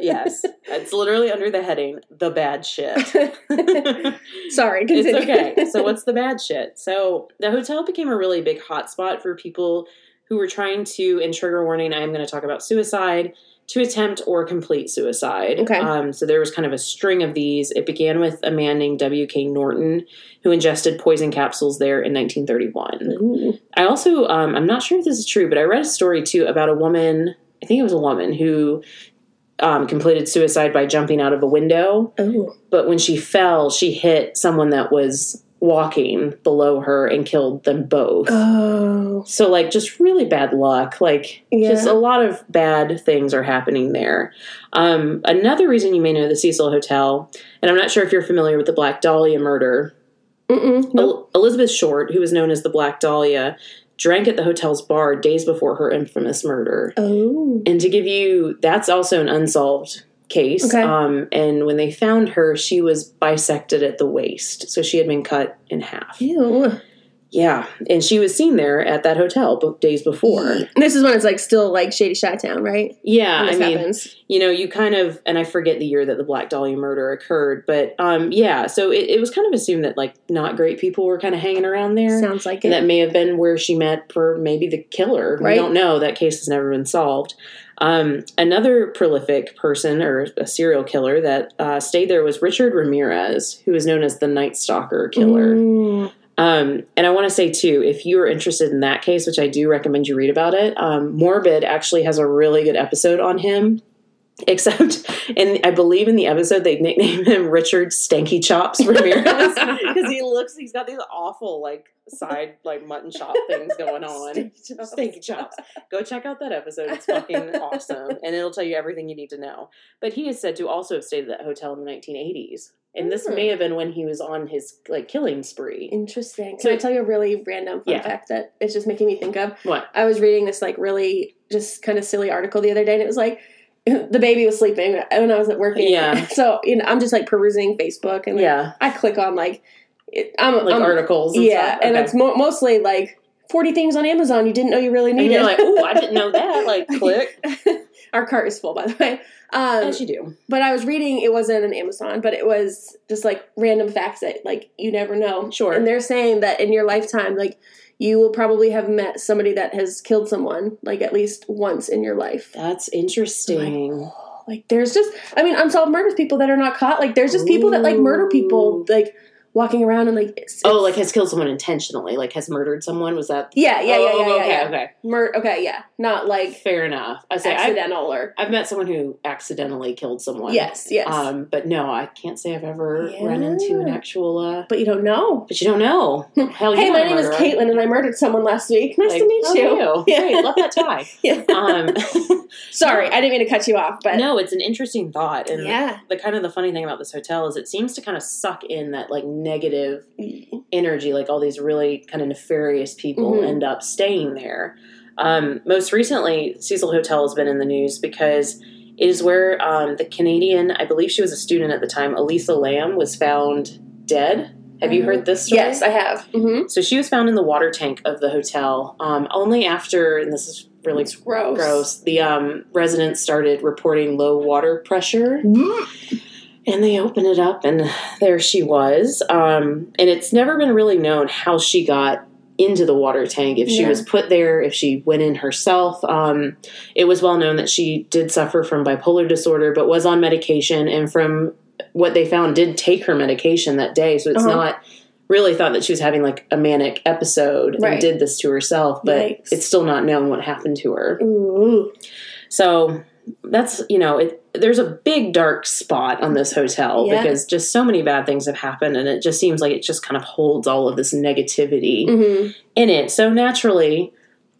S2: Yes, it's literally under the heading the bad shit.
S3: Sorry. Continue.
S2: it's okay. So what's the bad shit? So the hotel became a really big hotspot for people who were trying to, and trigger warning, I am going to talk about suicide, to attempt or complete suicide.
S3: Okay.
S2: Um, so there was kind of a string of these. It began with a man named W.K. Norton who ingested poison capsules there in 1931.
S3: Ooh.
S2: I also, um, I'm not sure if this is true, but I read a story too about a woman, I think it was a woman, who um, completed suicide by jumping out of a window
S3: Oh.
S2: but when she fell, she hit someone that was walking below her and killed them both.
S3: Oh.
S2: So, like, just really bad luck. Like,
S3: Yeah.
S2: just a lot of bad things are happening there. Um, another reason you may know the Cecil Hotel, and I'm not sure if you're familiar with the Black Dahlia murder,
S3: Mm-mm. Nope.
S2: El- Elizabeth Short, who was known as the Black Dahlia, drank at the hotel's bar days before her infamous murder.
S3: Oh.
S2: And to give you, that's also an unsolved case.
S3: Okay.
S2: Um, and when they found her, she was bisected at the waist. So she had been cut in half.
S3: Ew.
S2: Yeah. And she was seen there at that hotel b- days before.
S3: And This is when it's like still like Shady Shot Town, right?
S2: Yeah.
S3: When
S2: I
S3: this
S2: mean,
S3: happens.
S2: you know, you kind of, and I forget the year that the Black Dahlia murder occurred, but um, yeah. So it, it was kind of assumed that like not great people were kind of hanging around there.
S3: sounds like
S2: And
S3: it.
S2: that may have been where she met for maybe the killer.
S3: Right.
S2: We don't know. That case has never been solved. Um, another prolific person or a serial killer that uh, stayed there was Richard Ramirez, who is known as the Night Stalker killer.
S3: Mm.
S2: Um, and I want to say too, if you are interested in that case, which I do recommend you read about it, um, Morbid actually has a really good episode on him. Except, and I believe in the episode they nicknamed him Richard Stanky Chops Ramirez because he looks, he's got these awful like side like mutton chop things going on.
S3: Stinky chops.
S2: Stanky chops. Go check out that episode; it's fucking awesome, and it'll tell you everything you need to know. But he is said to also have stayed at that hotel in the 1980s, and this
S3: Hmm.
S2: may have been when he was on his like killing spree.
S3: Interesting. Can
S2: So-
S3: I tell you a really random fun
S2: Yeah.
S3: fact that it's just making me think of?
S2: What?
S3: I was reading this like really just kind of silly article the other day, and it was like the baby was sleeping when I was at work.
S2: Yeah.
S3: So you know, I'm just like perusing Facebook, and like,
S2: yeah,
S3: I click on like it, I'm
S2: like
S3: I'm-
S2: articles. And
S3: Um, Yeah,
S2: stuff.
S3: and
S2: Okay.
S3: it's mo- mostly like 40 things on Amazon you didn't know you really
S2: and
S3: needed.
S2: you're like, oh, I didn't know that. Like, click
S3: Our cart is full, by the way. Um,
S2: as you do.
S3: but I was reading it wasn't an Amazon, but it was just like random facts that like you never know.
S2: Sure.
S3: And they're saying that in your lifetime, like you will probably have met somebody that has killed someone like at least once in your life.
S2: That's interesting.
S3: Oh Like there's just, I mean, unsolved murders, people that are not caught. Like there's just people that like murder people,
S2: Ooh.
S3: like walking around and like. it's-
S2: oh, like
S3: it's-
S2: has killed someone intentionally. Like has murdered someone. Was that?
S3: yeah, yeah, yeah,
S2: Oh,
S3: yeah, yeah.
S2: okay,
S3: yeah.
S2: okay.
S3: Mur- okay, yeah, not like
S2: Fair enough. I say I've,
S3: accidental or
S2: I've met someone who accidentally killed someone.
S3: yes, yes.
S2: Um, but no, I can't say I've ever
S3: Yeah.
S2: run into an actual. Uh,
S3: but you don't know.
S2: but you don't know. Hell,
S3: Hey,
S2: you
S3: my
S2: are a
S3: name is
S2: murderer.
S3: Caitlin, and I murdered someone last week. Nice
S2: Like,
S3: to meet
S2: how
S3: you.
S2: are
S3: Yeah.
S2: Great, love that tie.
S3: Yeah.
S2: Um,
S3: Sorry, I didn't mean to cut you off, but
S2: no, it's an interesting thought, and
S3: yeah,
S2: the kind of the funny thing about this hotel is it seems to kind of suck in that like negative
S3: Mm,
S2: energy like all these really kind of nefarious people
S3: Mhm.
S2: end up staying there um, most recently cecil hotel has been in the news because it is where um, the canadian i believe she was a student at the time elisa lamb was found dead have you heard this story?
S3: Mm-hmm. yes, I have. Mm-hmm.
S2: so she was found in the water tank of the hotel um, only after and this is really
S3: It's gross.
S2: gross the um, residents started reporting low water pressure and they open it up and there she was um, and it's never been really known how she got into the water tank if she
S3: Yeah.
S2: was put there if she went in herself um, it was well known that she did suffer from bipolar disorder but was on medication and from what they found did take her medication that day so it's
S3: Uh-huh.
S2: not really thought that she was having like a manic episode
S3: Right.
S2: and did this to herself but
S3: Yikes. Mm-hmm.
S2: it's still not known what happened to her
S3: Ooh.
S2: so that's you know it there's a big dark spot on this hotel
S3: Yeah.
S2: because just so many bad things have happened and it just seems like it just kind of holds all of this negativity
S3: Mm-hmm.
S2: in it. So naturally,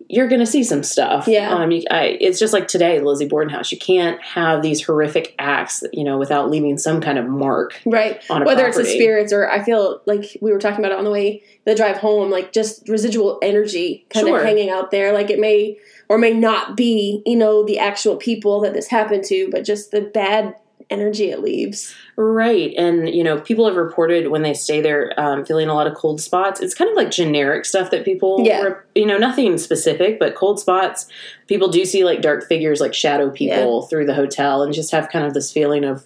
S2: you're going to see some stuff.
S3: Yeah.
S2: Um, you, I, it's just like today, Lizzie Bordenhouse. You can't have these horrific acts, you know, without leaving some kind of mark
S3: Right.
S2: on a
S3: Whether it's the
S2: property.
S3: spirits or I feel like we were talking about it on the way the drive home, like just residual energy kind
S2: Sure.
S3: of hanging out there. Like it may or may not be, you know, the actual people that this happened to, but just the bad energy it leaves.
S2: Right. And, you know, people have reported when they stay there um, feeling a lot of cold spots. It's kind of like generic stuff that people,
S3: Yeah.
S2: rep- you know, nothing specific, but cold spots. People do see like dark figures, like shadow people through the hotel and just have kind of this feeling of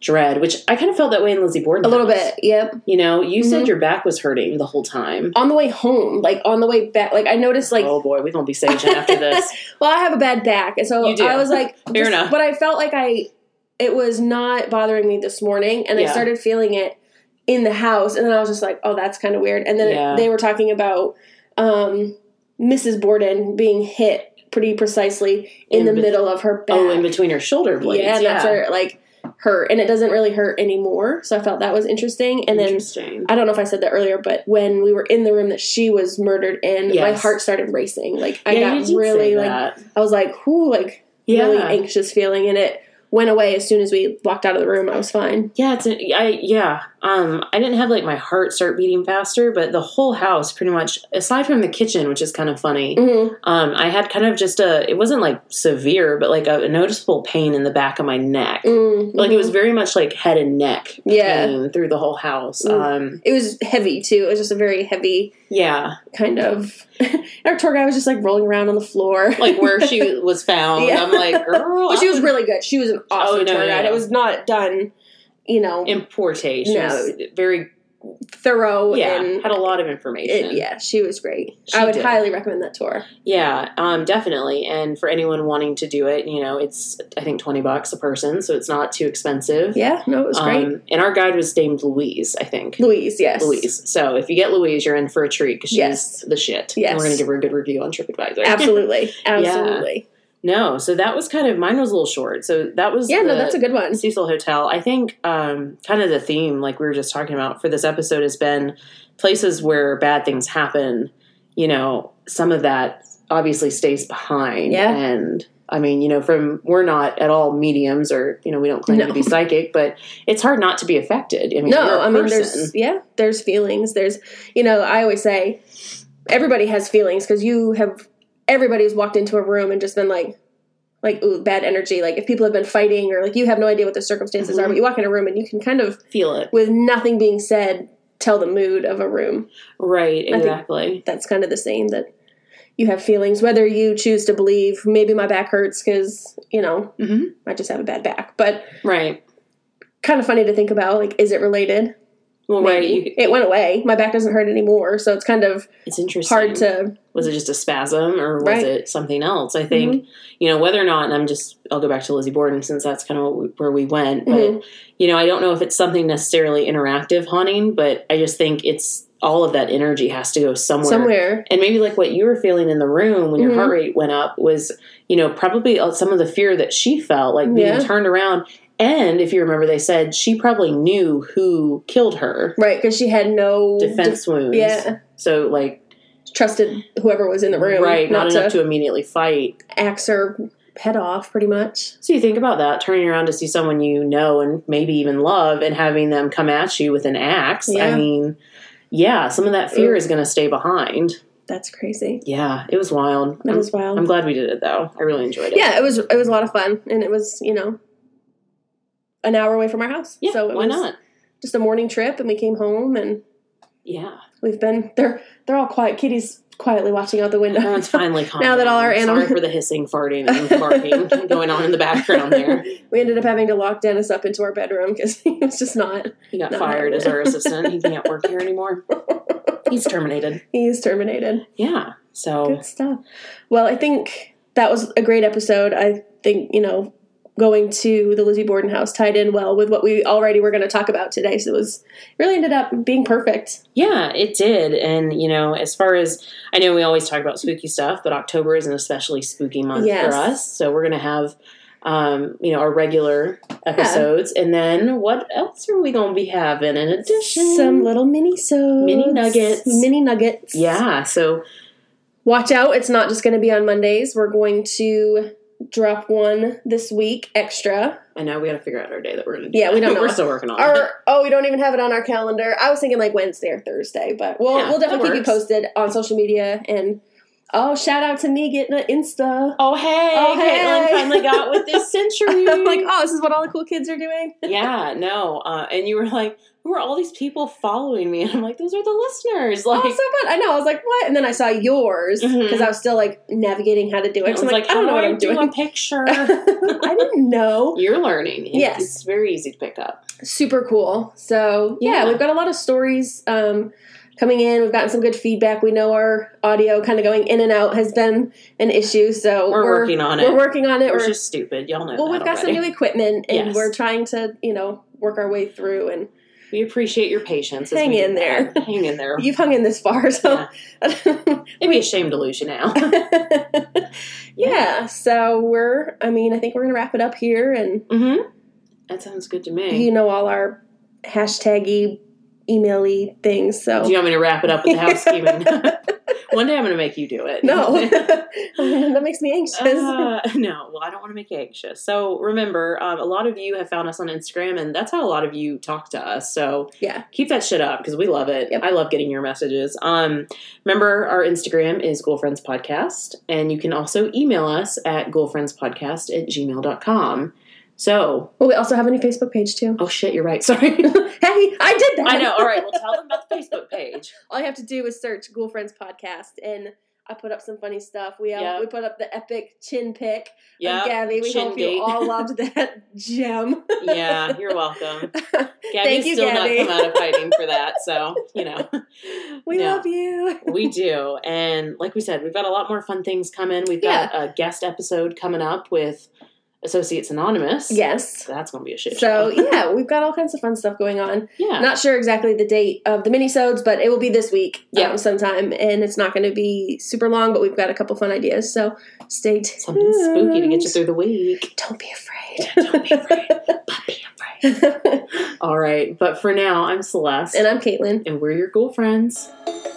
S2: dread, which I kind of felt that way in Lizzie Borden.
S3: A little bit. Yep.
S2: You know, you said
S3: Mhm.
S2: your back was hurting the whole time.
S3: On the way home, like on the way back, like I noticed like
S2: oh boy, we're going to be saging after this.
S3: well, I have a bad back, and so
S2: You do.
S3: I was like,
S2: Fair enough.
S3: But I felt like I, it was not bothering me this morning, and
S2: Yeah.
S3: I started feeling it in the house, and then I was just like, oh, that's kind of weird. And then
S2: Yeah.
S3: they were talking about um, Mrs. Borden being hit pretty precisely in,
S2: In
S3: the
S2: bet-
S3: middle of her back.
S2: Oh, in between your shoulder blades.
S3: yeah, and that's where it, like hurt, and it doesn't really hurt anymore. So I felt that was interesting, and then.
S2: Interesting.
S3: I don't know if I said that earlier, but when we were in the room that she was murdered in, my
S2: Yes.
S3: heart started racing. Like I
S2: Yeah, you did
S3: got
S2: say
S3: really like
S2: that.
S3: I was like, whoo, like
S2: yeah.
S3: really anxious feeling, and it went away as soon as we walked out of the room. I was fine.
S2: Yeah, it's a, I yeah. Um, I didn't have like my heart start beating faster, but the whole house pretty much, aside from the kitchen, which is kind of funny.
S3: Mm-hmm.
S2: Um, I had kind of just a. It wasn't like severe, but like a, noticeable pain in the back of my neck. Like it was very much like head and neck
S3: Mm-hmm. Yeah.
S2: pain through the whole house.
S3: Mm.
S2: Um,
S3: It was heavy too. It was just a very heavy
S2: yeah,
S3: kind of. Our tour guide was just like rolling around on the floor.
S2: like where she was found.
S3: Yeah.
S2: I'm like, girl,
S3: but she was really good. She was an awesome
S2: Oh, no,
S3: tour
S2: no,
S3: guide.
S2: no.
S3: It was not done, you know,
S2: in poor taste. She
S3: No.
S2: was very
S3: thorough.
S2: yeah.
S3: and
S2: had a lot of information.
S3: it- yeah, she was great.
S2: She
S3: I would
S2: did.
S3: highly recommend that tour.
S2: Yeah, um, definitely. And for anyone wanting to do it, you know, it's I think twenty bucks a person, so it's not too expensive.
S3: Yeah, no, it was great.
S2: Um, and our guide was named Louise, I think.
S3: Louise, yes,
S2: Louise. So if you get Louise, you're in for a treat because she's
S3: Yes.
S2: the shit.
S3: Yes.
S2: And we're gonna give her a good review on TripAdvisor.
S3: absolutely, absolutely.
S2: no, so that was kind of mine was a little short. So that was
S3: Yeah,
S2: the,
S3: no, that's a good one.
S2: Cecil Hotel. I think um, kind of the theme, like we were just talking about for this episode, has been places where bad things happen. You know, some of that obviously stays behind.
S3: Yeah.
S2: And I mean, you know, from we're not at all mediums or, you know, we don't claim
S3: No.
S2: to be psychic, but it's hard not to be affected. I mean, you're
S3: No,
S2: a
S3: I mean
S2: person.
S3: there's yeah, there's feelings. There's you know, I always say everybody has feelings because you have everybody's walked into a room and just been like like ooh, bad energy. Like if people have been fighting or like you have no idea what the circumstances are,
S2: Mhm.
S3: but you walk in a room and you can kind of
S2: feel it.
S3: with nothing being said tell the mood of a room.
S2: Right,
S3: I think-
S2: exactly.
S3: That's kind of the same that you have feelings whether you choose to believe maybe my back hurts cuz, you know,
S2: hmm
S3: I just have a bad back. But
S2: Right.
S3: kind of funny to think about like is it related?
S2: Well, right.
S3: Maybe.
S2: You,
S3: it went away. My back doesn't hurt anymore, so it's kind of
S2: it's interesting.
S3: hard to
S2: was it just a spasm or was
S3: Right.
S2: it something else? I think you know whether or not, and I'm just I'll go back to Lizzie Borden since that's kind of what we, where we went. But
S3: Mhm.
S2: you know, I don't know if it's something necessarily interactive haunting, but I just think it's all of that energy has to go somewhere.
S3: somewhere.
S2: And maybe like what you were feeling in the room when your
S3: Mhm.
S2: heart rate went up was, you know, probably uh, some of the fear that she felt, like being
S3: Yeah.
S2: turned around. And if you remember, they said she probably knew who killed her.
S3: Right, because she had no
S2: Defense wounds.
S3: Yeah,
S2: So like
S3: trusted whoever was in the room.
S2: right, not,
S3: not,
S2: enough
S3: to,
S2: to immediately fight.
S3: axe her head off, pretty much.
S2: So you think about that, turning around to see someone you know and maybe even love and having them come at you with an axe. I
S3: Yeah.
S2: mean, yeah, some of that fear
S3: Ooh.
S2: is going to stay behind.
S3: That's crazy.
S2: Yeah, it was wild.
S3: That
S2: I'm,
S3: was wild.
S2: I'm glad we did it though. I really enjoyed it.
S3: yeah, it was it was a lot of fun, and it was you know an hour away from our house.
S2: Yeah,
S3: so it
S2: why
S3: was
S2: not?
S3: Just a morning trip, and we came home, and
S2: Yeah.
S3: we've been they're they're all quiet. Kitty's quietly watching out the window.
S2: Everyone's finally calm.
S3: Now that all our
S2: Sorry
S3: animals-
S2: for the hissing, farting, and barking going on in the background there.
S3: we ended up having to lock Dennis up into our bedroom because he was just not.
S2: He got
S3: No,
S2: fired
S3: no.
S2: as our assistant. He can't work here anymore. He's terminated.
S3: He's terminated.
S2: Yeah. So
S3: Good stuff. Well, I think that was a great episode. I think, you know, going to the Lizzie Borden house tied in well with what we already were going to talk about today. So it was really ended up being perfect.
S2: Yeah, it did. And, you know, as far as I know, we always talk about spooky stuff, but October is an especially spooky month
S3: Yes.
S2: for us. So we're going to have um, you know, our regular episodes. And then what else are we going to be having in addition?
S3: Some little mini so
S2: Mini nuggets.
S3: Mini nuggets.
S2: yeah. So
S3: Watch out, it's not just gonna be on Mondays. We're going to drop one this week extra.
S2: I know we got to figure out our day that we're going to do.
S3: Yeah, we
S2: that,
S3: don't
S2: but
S3: know.
S2: We're still working on it.
S3: Or oh, we don't even have it on our calendar. I was thinking like Wednesday or Thursday, but we'll
S2: Yeah,
S3: we'll definitely
S2: that
S3: keep you
S2: works.
S3: posted on social media and oh shout out to me getting an Insta.
S2: Oh hey,
S3: Oh,
S2: Caitlin
S3: hey.
S2: finally got with this century.
S3: I'm like, oh, this is what all the cool kids are doing.
S2: yeah, no. Uh, and you were like, who are all these people following me? And I'm like, those are the listeners. Like,
S3: oh, so fun. I know. I was like, what? And then I saw yours because
S2: Mhm.
S3: I was still like navigating how to do it.
S2: Caitlyn's
S3: So I'm like, I don't know what I'm
S2: do
S3: doing.
S2: A picture.
S3: I didn't know.
S2: You're learning. It's-
S3: Yes.
S2: it's very easy to pick up.
S3: Super cool. So yeah,
S2: Yeah.
S3: we've got a lot of stories um, coming in. We've gotten some good feedback. We know our audio kind of going in and out has been an issue. So
S2: We're working on it.
S3: We're working on it.
S2: We're
S3: We're-
S2: just stupid. Y'all know.
S3: well,
S2: that
S3: we've got some
S2: already.
S3: new equipment, and
S2: Yes.
S3: we're trying to you know work our way through. And
S2: We appreciate your patience. as
S3: Hang
S2: we do
S3: in
S2: that.
S3: there.
S2: Hang in there.
S3: you've hung in this far, so
S2: It'd be a shame to lose you now.
S3: yeah. So we're. I mean, I think we're gonna wrap it up here and.
S2: hmm That sounds good to me.
S3: you know all our hashtaggy emaily things so
S2: do you want me to wrap it up with the housekeeping? One day I'm going to make you do it.
S3: no that makes me anxious
S2: Uh, no, well, I don't want to make you anxious. So remember, um, a lot of you have found us on Instagram, and that's how a lot of you talk to us. So
S3: Yeah.
S2: keep that shit up because we love it.
S3: Yep.
S2: I love getting your messages. Um, remember, our Instagram is Girlfriends Podcast, and you can also email us at girlfriendspodcast at gmail.com. So,
S3: well we also have a new facebook page too
S2: oh shit, you're right. Sorry.
S3: hey i did that
S2: I know. All right, well, tell them about the Facebook page.
S3: all you have to do is search ghoul friends podcast and i put up some funny stuff we have,
S2: Yeah.
S3: we put up the epic chin pic of
S2: Yeah.
S3: gabby we
S2: chin
S3: hope
S2: gate.
S3: you all loved that gem
S2: Yeah, you're welcome. Gabby's
S3: Thank you,
S2: still
S3: Gabby.
S2: not come out of hiding for that. So, you know.
S3: we
S2: No.
S3: love you
S2: we do. And like we said, we've got a lot more fun things coming. We've got a guest episode coming up with Associates Anonymous.
S3: yes
S2: So that's going to be a shit
S3: so
S2: show.
S3: yeah we've got all kinds of fun stuff going on
S2: yeah.
S3: Not sure exactly the date of the minisodes, but it will be this week,
S2: Yeah.
S3: um, sometime, and it's not going to be super long. But we've got a couple fun ideas, so stay tuned.
S2: Something spooky to get you through the week.
S3: Don't be afraid.
S2: Don't be afraid. But be afraid.
S3: and
S2: All right. But for now, I'm Celeste.
S3: I'm Caitlin.
S2: and we're your girlfriends. friends.